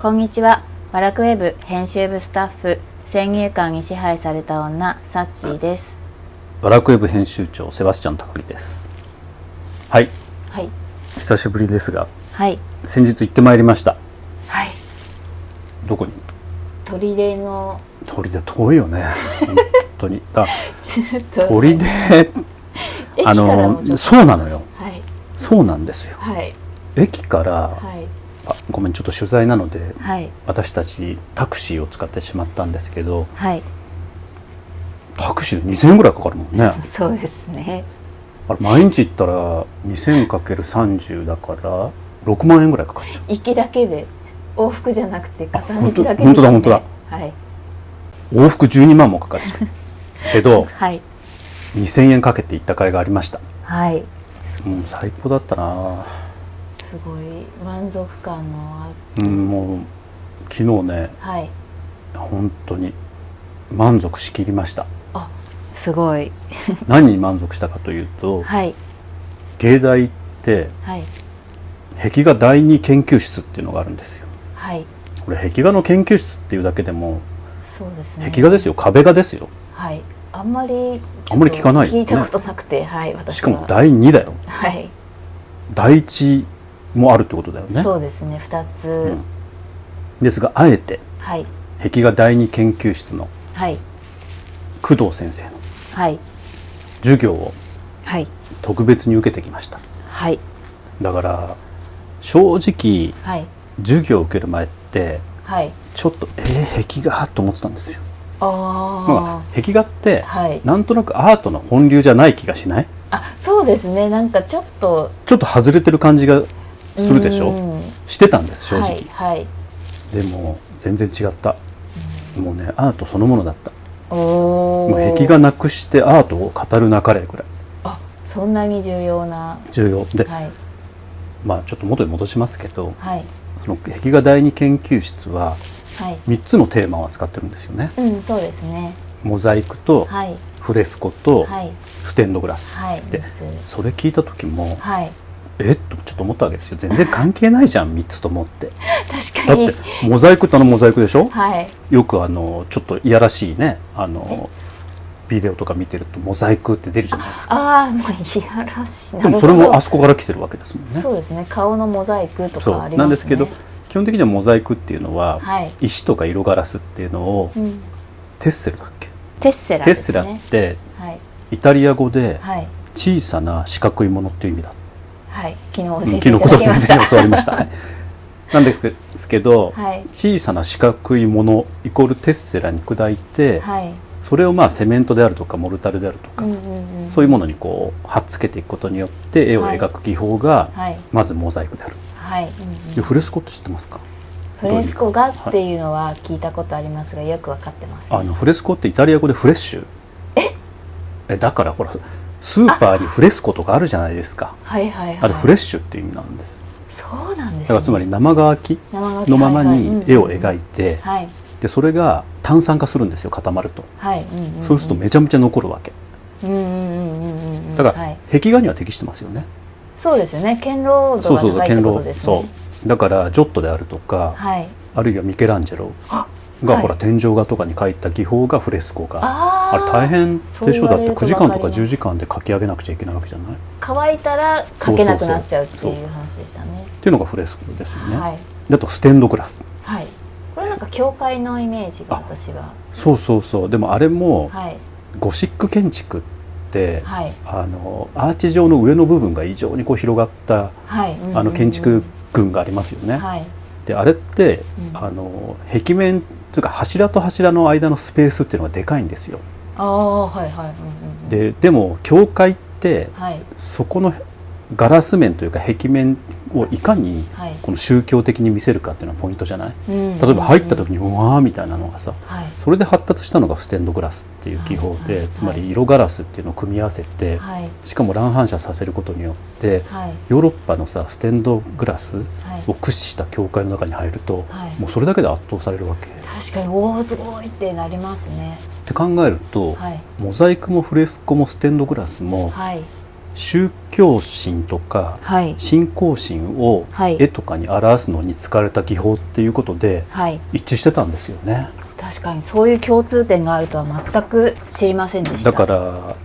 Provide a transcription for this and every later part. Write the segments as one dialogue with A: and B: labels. A: こんにちは。ワラクウェブ編集部スタッフ、先入観に支配された女、サッチーです。
B: バラクウェブ編集長セバスチャン高木ですはい
A: はい。
B: 久しぶりですが
A: はい。
B: 先日行ってまいりました
A: はい。
B: どこに
A: 砦 の、
B: 鳥で遠い よね本当にだ
A: ずっと、
B: 鳥で
A: 駅か
B: あ
A: らもちょ
B: の
A: っ
B: そうなのよ
A: と。はい。
B: そうなんですよ
A: はい。
B: 駅から、
A: はい。
B: あごめんちょっと取材なので
A: はい。
B: 私たちタクシーを使ってしまったんですけど
A: はい。
B: タクシーで2000円ぐらいかかるもんね
A: そうですね。
B: あれ毎日行ったら 2000×30 だから6万円ぐらいかかっちゃう
A: 行きだけで、往復じゃなくて片道だけです、ね。
B: 本当だ本当だ。
A: はい。
B: 往復12万もかかっちゃうけど
A: はい。
B: 2000円かけて行った甲斐がありました、
A: はい。
B: うん、最高だったな
A: すごい満足感のあ
B: うんもう昨日ね
A: はい。
B: 本当に満足しきりました
A: すごい。
B: 何に満足したかというと
A: はい。
B: 芸大って
A: はい。
B: 壁画第二研究室っていうのがあるんですよ
A: はい。
B: これ壁画の研究室っていうだけでも
A: そうですね。
B: 壁画ですよ壁画ですよ
A: はい。あんまり。
B: あんまり聞かないよ
A: 聞
B: ね
A: いたことなくて、はい。私は
B: しかも第2だよ
A: はい。
B: 第1もあるってことだよね
A: そうですね。二つ、
B: うんですがあえて
A: はい。
B: 壁画第二研究室の
A: はい。
B: 工藤先生の
A: はい。
B: 授業を
A: はい。
B: 特別に受けてきました
A: はい。
B: だから正直
A: はい。
B: 授業を受ける前って
A: はい。
B: ちょっとえー、壁画と思ってたんですよ、ま
A: あ
B: あ、壁画って
A: あ。はい。
B: なんとなくアートの本流じゃない気がしない
A: あ、そうですね。なんかちょっと。
B: ちょっと外れてる感じがするでしょ
A: うん
B: してたんです正直、
A: はい。はい。
B: でも全然違ったもうねアートそのものだった
A: おお。
B: もう壁画。なくしてアートを語るなかれぐらい
A: あ、そんなに重要な。
B: 重要で、
A: はい。
B: まあちょっと元に戻しますけど
A: はい。
B: その壁画第二研究室は
A: はい。
B: 3つのテーマを扱ってるんですよね
A: うん、そうですね。
B: モザイクと
A: はい。
B: フレスコと
A: はい。
B: ステンドグラス、
A: はい。
B: で
A: 三つ
B: それ聞いた時も
A: はい。
B: えっとちょっと思ったわけですよ全然関係ないじゃん3つと思って
A: 確
B: だ
A: か
B: っ
A: に。
B: てモザイクってあのモザイクでしょ
A: はい。
B: よくあのちょっといやらしいねあのビデオとか見てるとモザイクって出るじゃないですか
A: ああ、もういやらしいな。
B: でもそれ
A: なるほ
B: も
A: ど
B: あそこから来てるわけですもんね
A: そうですね。顔のモザイクと
B: そう
A: かありますね。
B: なんですけど基本的にはモザイクっていうのは、
A: はい。
B: 石とか色ガラスっていうのを
A: うん。
B: テッセルだっけ、
A: テッセラ
B: テ
A: で
B: ッセ
A: す
B: ラ
A: ね
B: っ。て
A: はい。
B: イタリア語で
A: はい。
B: 小さな四角いものっていう意味だ
A: はい。昨日教
B: 昨
A: え
B: 日
A: てい
B: 工
A: た
B: 藤
A: だきま
B: 先
A: し
B: 生
A: た。
B: に教わりました、はいなんですけど、
A: はい。
B: 小さな四角いものイコールテッセラに砕いて、
A: はい。
B: それをまあセメントであるとかモルタルであるとか、
A: うんうんうん。
B: そういうものにこう貼っつけていくことによって絵を描く技法が
A: はい。
B: まずモザイクである、
A: はい。うんうん
B: でフレスコって知ってますか
A: フレスコ画っていうのは聞いたことありますが、よくわかってます。
B: あのフレスコってイタリア語でフレッシュえだからほらスーパーにフレスコとかあるじゃないですか
A: はいはいはい。
B: あれフレッシュっていう意味なんです
A: そうなんで
B: だ
A: す
B: か
A: ね。
B: らつまり生乾き
A: 生書き
B: のままに絵を
A: はい
B: 描いて
A: はいうん
B: でそれが炭酸化するんですよ固まると
A: はい。はい。うんんん
B: そうするとめちゃめちゃ残るわけ
A: うんうんうんうんうんうん。
B: だか
A: は
B: ら
A: い。
B: 壁画には適してますよね
A: そうですよね。堅牢度
B: そう
A: が
B: そうそう
A: 高いっ
B: 堅
A: てこと
B: 牢
A: ですね。
B: そうだからジョットであるとか
A: はい。
B: あるいはミケランジェロ
A: は
B: が
A: い
B: ほら天井画とかに描いた技法がフレスコ画
A: あ
B: あれ大変
A: そう
B: でし
A: 言
B: ょ
A: わ
B: だっ
A: れ
B: て
A: ると
B: 9時間とか
A: わかります
B: 10時間で描き上げなくちゃいけないわけじゃない
A: 乾いたら書けなくなっちゃうっていう話でしたね。
B: っていうのがフレスコですよね、
A: はい
B: だとステンドグラス
A: はい。これなんか教会のイメージが私は
B: そうそうそうでもあれも
A: はい
B: ゴシック建築って、
A: はい
B: あのアーチ状の上の部分が異常にこう広がった
A: はい。うんうんうん
B: あの建築群がありますよね、
A: はい
B: であれって、
A: うん
B: あの壁面というか柱と柱の間のスペースっていうのがでかいんですよ
A: ああはいはいうんうんうん
B: ででも教会って
A: はい
B: そこのガラス面というか壁面をいかに
A: はい。
B: この宗教的に見せるかっていうのはポイントじゃない
A: 例
B: 例えば入った時にうわーみたいなのがさ
A: はい
B: それで発達したのがステンドグラスっていう技法で、
A: はいはい
B: つまり色ガラスっていうのを組み合わせて、
A: はい
B: しかも乱反射させることによって
A: はい
B: ヨーロッパのさステンドグラスを
A: はい
B: 駆使した教会の中に入ると、
A: はい。
B: もうそれだけで圧倒されるわけっ
A: 確かにおおすごいってなりますね。
B: て考えると、
A: はい
B: モザイクもフレスコもステンドグラスも
A: はい
B: 宗教心とか
A: はい
B: 信仰心を
A: はい
B: 絵とかに表すのに使われた技法っていうことで
A: はい
B: 一致してたんですよね
A: 確かにそういう共通点があるとは全く知りませんでした
B: だから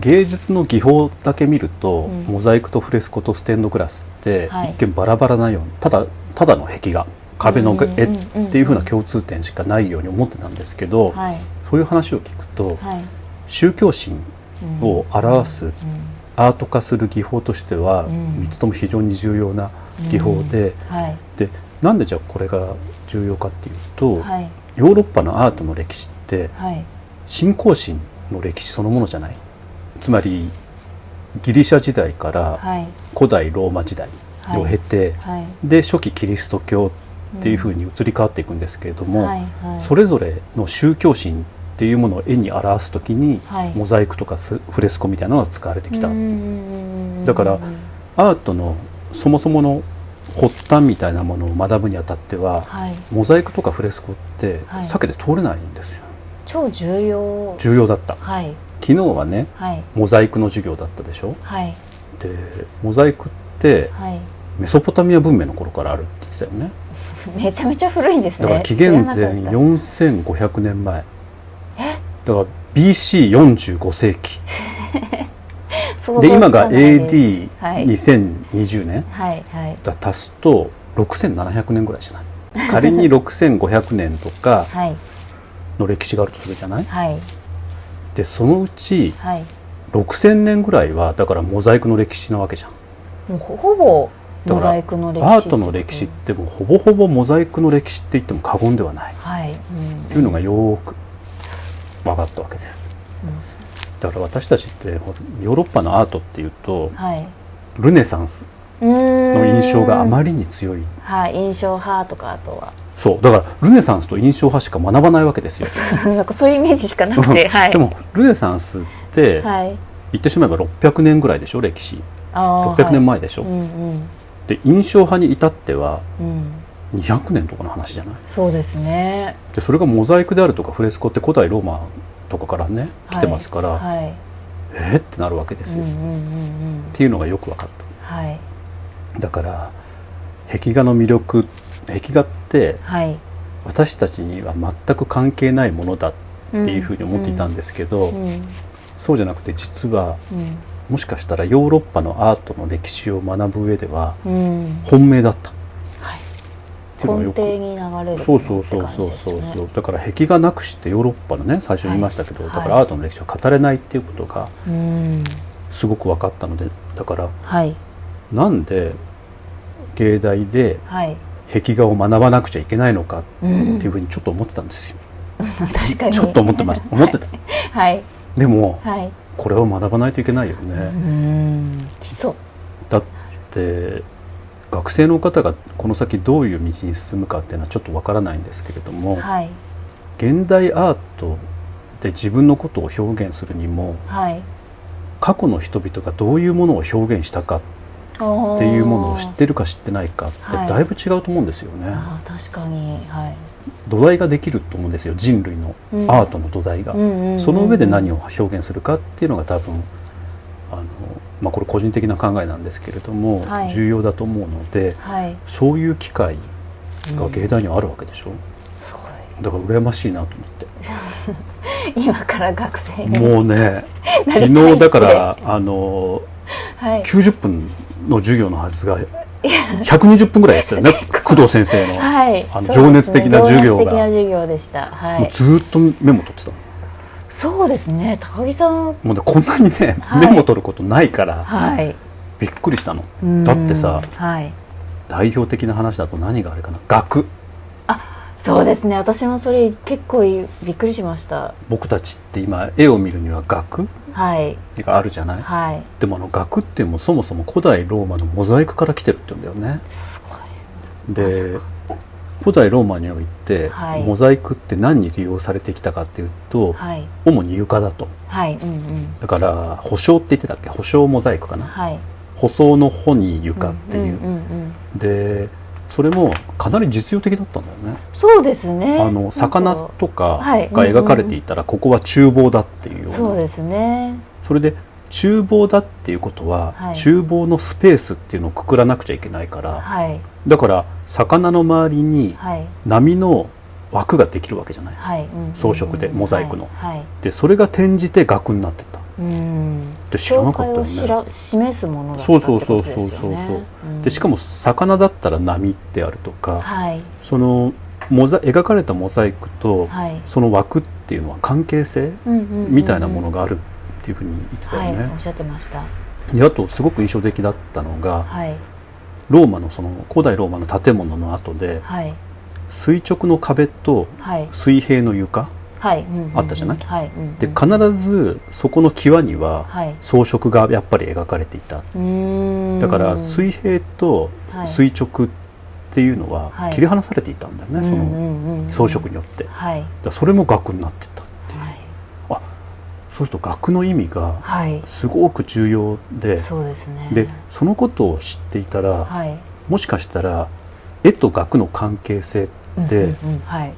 B: 芸術の技法だけ見ると、
A: うん
B: モザイクとフレスコとステンドグラスって
A: はい
B: 一見バラバラなようにただただの壁画壁の絵っていうふうな共通点しかないように思ってたんですけど、
A: はい
B: そういう話を聞くと
A: はい
B: 宗教心
A: うん
B: を表す
A: うん
B: アート化する技法としては
A: うん
B: 3つとも非常に重要な技法で、
A: はい
B: でなんでじゃあこれが重要かっていうと、
A: はい
B: ヨーロッパのアートの歴史って
A: はい
B: 信仰心の歴史そのものじゃないつまりギリシャ時代から
A: はい
B: 古代ローマ時代
A: はい
B: を経て、
A: はい
B: で初期キリスト教っていうふ
A: う
B: うに移り変わっていくんですけれども、
A: んはいはい
B: それぞれの宗教心っていうものを絵に表す時に
A: はい
B: モザイクとかスフレスコみたいなのが使われてきた、
A: うんうんうんうん
B: だからアートのそもそもの発端みたいなものを学ぶにあたっては
A: はい
B: モザイクとかフレスコって
A: はい
B: 避けて通れないんですよ、
A: 超重要
B: 重要だった
A: はい
B: 昨日はね
A: はい
B: モザイクの授業だったでしょ
A: はい
B: でモザイクって
A: はい
B: メソポタミア文明の頃からあるって言ってたよね
A: めちゃめちゃ古いんですね
B: だから紀元前
A: 知らなかった
B: 4500年前
A: え
B: だから BC45 世紀
A: 想像
B: で今が
A: つかないです
B: AD2020 年
A: はいはい
B: だから足すと6700年ぐらいじゃない仮に6500年とか
A: はい
B: の歴史があるとするじゃない
A: はい
B: でそのうち
A: はい
B: 6,000年ぐらいはだからモザイクの歴史なわけじゃん
A: もうほほぼ
B: だから
A: モザイクの歴史
B: アートの歴史ってもうほぼほぼモザイクの歴史って言っても過言ではない
A: はい、うん、
B: っていうのがよーく分かったわけです
A: う
B: だから私たちってほヨーロッパのアートっていうと
A: んはい
B: ルネサンスの
A: の
B: 印象があ
A: り
B: まりに強い
A: はい印象派とかあとは
B: そうだからルネサンスと印象派しか学ばないわけですよ、
A: なんかそういうイメージしかなくてはい
B: でもルネサンスって
A: はい
B: 言ってしまえば600年ぐらいでしょ歴史
A: あー
B: 600年前でしょ、
A: はいうん
B: で印象派に至っては
A: うんうん
B: 200年とかの話じゃない
A: そうですね
B: でそれがモザイクであるとかフレスコって古代ローマとかからね来てますから、
A: はい
B: えーってなるわけです
A: うん
B: よ、
A: う
B: っ
A: んうんうん
B: ていうのがよく分かった
A: はい
B: だから壁画の魅力壁画って
A: はい
B: 私たちには全く関係ないものだっていうふうに思っていたんですけど、
A: うんうん
B: そうじゃなくて実は
A: うん
B: もしかしたらヨーロッパのアートの歴史を学ぶ上では
A: うん
B: 本命だったっ
A: はい
B: ていうのが
A: 根
B: よ
A: 底
B: く
A: に流れる
B: そうそうそうそう
A: って感じです
B: そう
A: ね
B: そう、だから壁画なくしてヨーロッパのね最初に言いましたけど、
A: はい
B: だからアートの歴史は語れないっていうことが
A: うん
B: すごく分かったのでだから
A: はい
B: なんで芸大で
A: はい
B: 壁画を学ばなくちゃいけないのか
A: うん
B: っていうふうにちょっと思ってたんですよ、
A: 確かに
B: ちょっと思ってました思ってた
A: はい
B: でも
A: はい
B: これを学ばないといけないよね、
A: うん基礎
B: だって学生の方がこの先どういう道に進むかっていうのはちょっとわからないんですけれども、
A: はい
B: 現代アートで自分のことを表現するにも
A: はい
B: 過去の人々がどういうものを表現したかっ
A: って
B: いうものを知ってるか知ってないかって
A: はい
B: だいぶ違うと思うんですよね、
A: あー確かにはい
B: 土台ができると思うんですよ人類の
A: うん
B: アートの土台が、
A: うんうんうん
B: その上で何を表現するかっていうのが多分あの、まあ、これ個人的な考えなんですけれども、
A: はい
B: 重要だと思うので
A: はい
B: そういう機会
A: う
B: が
A: ん
B: 芸大にはあるわけでしょ、
A: す
B: だから羨ましいなと思って
A: ごい今から学 生に
B: もうね
A: なりたい
B: 昨日 だからあの
A: はい
B: 90分の授業のはずが120分ぐらいやって たよね工藤先生の、
A: はい
B: あ
A: そうで
B: の
A: すね
B: 情熱的な授業が
A: 情熱的な授業でしたは
B: もう
A: い
B: ずーっとメモ取ってたの
A: そうですね高木さん
B: もうねこんなにね、
A: はい
B: メモ取ることないから
A: はい
B: びっくりしたの
A: うん
B: だってさ
A: はい
B: 代表的な話だと何があれかな学
A: そうですね私もそれ結構びっくりしました
B: 僕たちって今絵を見るには学
A: はい
B: があるじゃない
A: はい
B: でもあの額っていうのもそもそも古代ローマのモザイクから来てるって言うんだよね
A: すごい
B: で古代ローマにおいて、
A: はい
B: モザイクって何に利用されてきたかっていうと、
A: はい
B: 主に床だと
A: はいうんうん
B: だから補償って言ってたっけ補償モザイクかな
A: はい
B: 舗装の補に床っていう、
A: んうんうんうん
B: でそれもかなり実用的だったんだよね、
A: そうですね
B: あの魚
A: なんか
B: とか
A: はい
B: が描かれていたらここは厨房だっていうような、
A: そうですね
B: それで厨房だっていうことは、
A: はい
B: 厨房のスペースっていうのをくくらなくちゃいけないから、
A: はい
B: だから魚の周りに
A: はい
B: 波の枠ができるわけじゃない、
A: はい、うん
B: 装飾でモザイクの
A: はい、はい
B: でそれが転じて額になってた
A: うん
B: で知らな
A: 紹
B: か
A: 介
B: ったよ
A: を
B: ね
A: 知ら示すものだったってことですよね
B: そうそうそうそうそう
A: うん
B: でしかも魚だったら波であるとか、
A: はい
B: そのモザ描かれたモザイクと
A: はい、
B: その枠っていうのは関係性
A: うんうんうんうん
B: みたいなものがあるっていうふうに言ってたよね。
A: はい、おっしゃってました
B: であとすごく印象的だったのが
A: はい
B: ローマのその古代ローマの建物の後で
A: はい
B: 垂直の壁と
A: はい
B: 水平の床
A: はい、うんうんうん
B: あったじゃない
A: はい、うんうん
B: で必ずそこの際には
A: はい
B: 装飾がやっぱり描かれていた
A: うーん
B: だから水平と
A: はい
B: 垂直っていうのは
A: はい
B: 切り離されていたんだよね、そ
A: うんう
B: の
A: んうん
B: 装飾によってだか
A: はい
B: らそれも額になってた
A: はい
B: そうすると額の意味が
A: はい
B: すごく重要で
A: そうですね
B: でそのことを知っていたら
A: はい
B: もしかしたら絵と額の関係性で
A: うんうんうんはい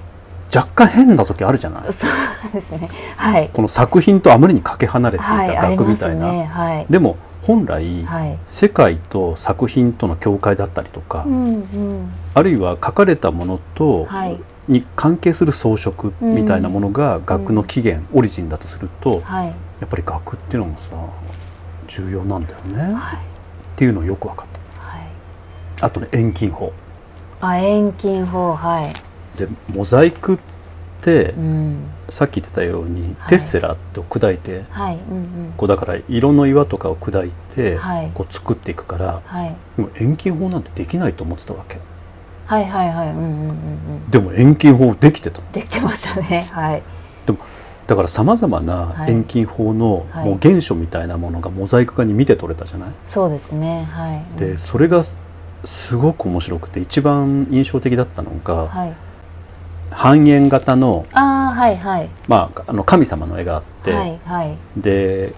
B: 若干変な時あるじゃない
A: そうですねはい
B: この作品とあまりにかけ離れてい
A: はい
B: た
A: あり
B: 額
A: ま
B: みた
A: す
B: いな、
A: ねはい
B: でも本来、
A: はい
B: 世界と作品との境界だったりとか、
A: うんうん
B: あるいは書かれたものと、
A: はい
B: に関係する装飾みたいなものが額の起源、オリジンだとすると
A: はい
B: やっぱり額っていうのもさ重要なんだよね
A: はい
B: っていうのをよく分かっ
A: はい
B: たあとね遠近法
A: あ遠近法はい
B: でモザイクって、
A: うん
B: さっき言ってたように、
A: はい
B: テッセラって砕いて
A: はいうん
B: こうだから色の岩とかを砕いて、
A: うんはい
B: こう作っていくから
A: はい
B: でも遠近法なんてできないと思ってたわけ
A: はいはいはいうんうんうんうん
B: でも遠近法できてたの
A: できてましたね はい
B: だからさまざまな
A: はい
B: 遠近法の
A: はい
B: もう原初みたいなものがモザイク画に見て取れたじゃない、
A: そうですねはい
B: でそれがすすごく面白くて一番印象的だったのが、
A: はい
B: 半円型の,、
A: ああはいはい
B: まあ、あの神様の絵があって、
A: はいはい
B: で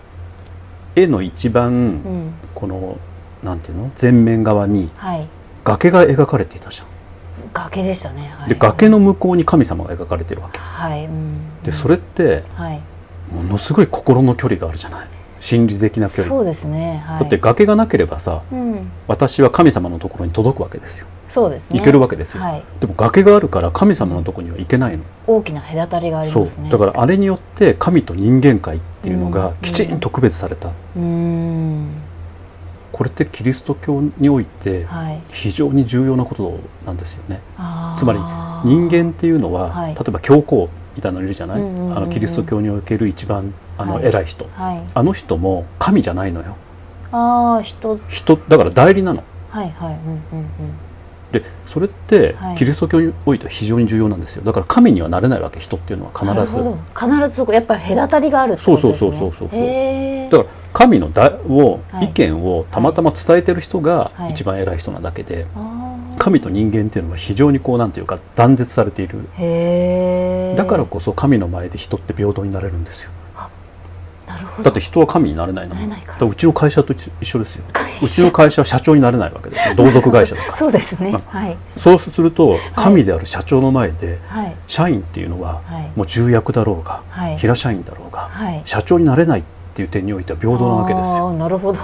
B: 絵の一
A: う
B: 番
A: ん
B: この、なんていうの前面側に
A: はい
B: 崖が描かれていたじゃん、
A: 崖でしたねはい
B: で崖の向こうに神様が描かれてるわけ
A: はいうん
B: でそれって
A: はい
B: ものすごい心の距離があるじゃない心理的な距離、
A: そうですねはい
B: だって崖がなければさ
A: うん
B: 私は神様のところに届くわけですよ
A: そうですね
B: 行けるわけですよ、
A: はい
B: でも崖があるから神様のところには行けないの、
A: 大きな隔たりがあり
B: そ
A: ますね
B: うだからあれによって神と人間界っていうの
A: う
B: が
A: ん
B: きちんと区別された、
A: うーん
B: これってキリスト教において
A: はい
B: 非常に重要なことなんですよね
A: あー
B: つまり人間っていうのは、
A: はい
B: 例えば教皇みたいなのいるじゃない、
A: うんうんうんうん
B: あのキリスト教における一番あの
A: はい
B: 偉い人、
A: はい
B: あの人も神じゃないのよ
A: ああ人
B: 人だから代理なの
A: はいはいうんうんうん
B: でそれって
A: はい
B: キリスト教においては非常に重要なんですよだから神にはなれないわけ人っていうの
A: な
B: は
A: る
B: 必
A: ほ
B: ず
A: ど必ずそこやっぱり隔たりがあるってことですね
B: そうそうそうそうそうそう
A: へえ
B: だから神のだを、
A: はい
B: 意見をたまたま伝えてる人が
A: はい
B: 一番偉い人なだけで、
A: あー
B: 神と人間っていうのは非常にこうなんていうか断絶されている
A: へえ
B: だからこそ神の前で人って平等になれるんですよ
A: なるほど
B: だって人は神になれないの
A: なれないから
B: うちの会社と一一緒ですよ
A: 会社
B: うちの会社は社長になれないわ けですよ同族会社だか
A: そうですね
B: ま
A: はい
B: らそうすると神である社長の前で
A: はい
B: 社員っていうのは
A: はい
B: もう重役だろうが
A: はい
B: 平社員だろうが
A: はい
B: 社長になれないっていう点においては平等なわけですよ
A: あーなるほど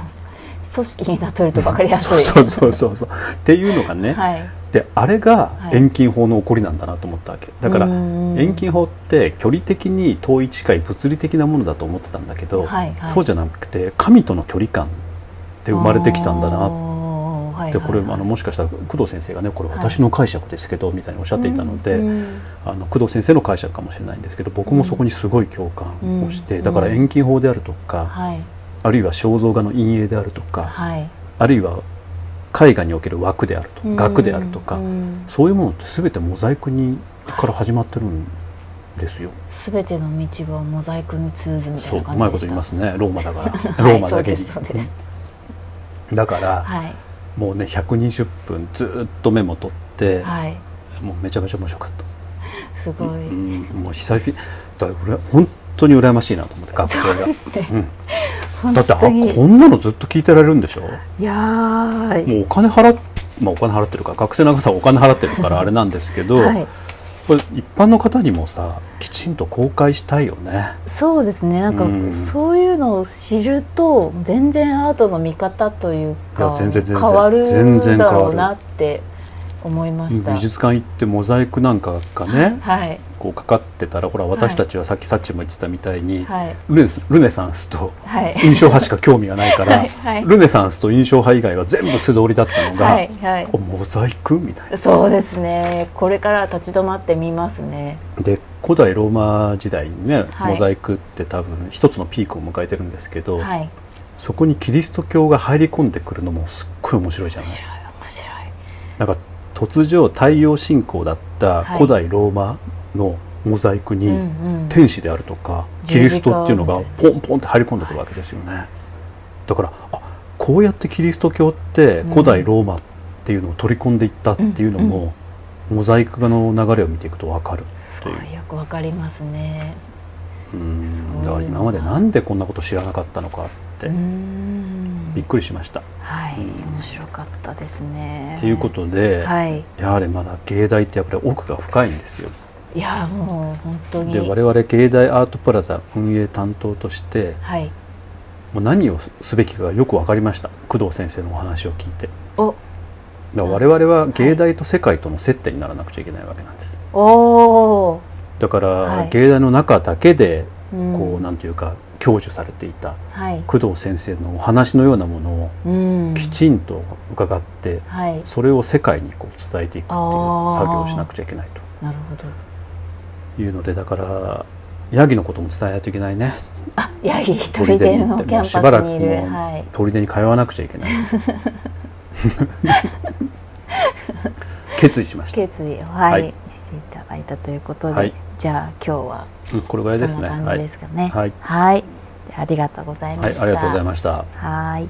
A: 組織に例えると分かりやすい
B: そうそう そうそうそうっていうのがね、
A: はい
B: であれが
A: はい
B: 遠近法の起こりなんだなと思ったわけだから遠
A: 遠
B: 近法って距離的に遠い近い物理的なものだと思ってたんだけど、
A: はいはい
B: そうじゃなくて神との距離感で生まれてきたんだ
A: あー
B: な
A: はいはいはい
B: ってこれあのもしかしたら工藤先生がねこれ私の解釈ですけどみたいにおっしゃっていたので、
A: うんうん
B: あの工藤先生の解釈かもしれないんですけど僕もそこにすごい共感をして、
A: うん
B: だから遠近法であるとか、
A: はい
B: あるいは肖像画の陰影であるとか、
A: はい
B: あるいは絵画における枠であるとか額であるとか、そういうものって全てモザイクにから始まってるんですよ。
A: すべての道はモザイクに通ずみたい
B: そう
A: な感じでし
B: う
A: た
B: まいこと言いますねローマだから
A: はい
B: ローマだけに。
A: そうですそうです
B: うんだから、
A: はい
B: もうね120分ずっとメモ取って、
A: はい
B: もうめちゃめちゃ面白かった。
A: すごい、
B: うん、もう久々にだから俺本当に羨ましいなと思って学生が。
A: 本
B: だってあ
A: 当に
B: こんなのずっと聞いてられるんでしょ
A: いやー
B: もうお金払っ、まあ、お金払ってるから学生の方はお金払ってるからあれなんですけど、
A: はい
B: これ一般の方にもさきちんと公開したいよね
A: そうですねなんか、
B: うん
A: そういうのを知ると全然アートの見方という
B: い
A: か
B: や全然全然
A: 変わる
B: 全然
A: ん
B: 変
A: だ
B: わる
A: ろうなって思いました
B: 美術館行ってモザイクなんかがね
A: はい
B: こうかかってたらほら私たちはさっきサッチも言ってたみたいに、
A: はい
B: ルネルネサン スと
A: はい
B: 印象派しか興味がないから、
A: はいはい
B: ルネサンスと印象派以外は全部素通りだったのが、
A: はいはい
B: おモザイクみたい
A: そうですねこれから立ち止まってみますね
B: なで古代ローマ時代にね、
A: はい
B: モザイクって多分一つのピークを迎えてるんですけど、
A: はい
B: そこにキリスト教が入り込んでくるのもすっごい面白いじゃない
A: 面白い面白い
B: なんか突如太陽信仰だった
A: はい
B: 古代ローマのモザイクに、
A: うんうん、
B: 天使であるとかキリストっていうのがポンポンって入り込んでくるわけですよねだからあこうやってキリスト教って
A: うん
B: 古代ローマっていうのを取り込んでいったっていうの
A: う
B: も、モザイク画の流れを見ていくと分かる
A: す
B: と
A: ご
B: いう
A: いよくわかりますね
B: うんだ
A: そう
B: から今までなんでこんなこと知らなかったのかって、
A: うーん
B: びっくりしました。
A: はい
B: うん
A: 面白かったですね
B: ということで、
A: はい
B: やはりまだ芸大ってやっぱり奥が深いんですよ。
A: いやもう本当に
B: で我々芸大アートプラザ運営担当として
A: はい
B: もう何をすべきかがよく分かりました工藤先生のお話を聞いて。
A: お
B: だから我々は芸大と世界との接点にならなくちゃいけないわけなんです
A: おー
B: だから、
A: はい
B: 芸大の中だけで
A: うん
B: こう、なんていうか享受されていた
A: はい
B: 工藤先生のお話のようなものを
A: うん
B: きちんと伺って、
A: はい
B: それを世界にこう伝えていくっていう
A: あー
B: 作業をしなくちゃいけない
A: なるほど
B: というのでだからヤギのことも伝えないといけないね
A: あヤギ一人でのキャンパス
B: しばらく
A: にいる
B: も
A: はいう
B: 砦に通わなくちゃい けない決意しました
A: 決意をはい、
B: はい
A: していただいたということで、
B: はい
A: じゃあ今日は
B: うんこれぐらいです
A: そん
B: ね
A: な感じですかね
B: はい
A: はい、でありがとうございま
B: は
A: し
B: い、
A: た
B: ありがとうございました。
A: はい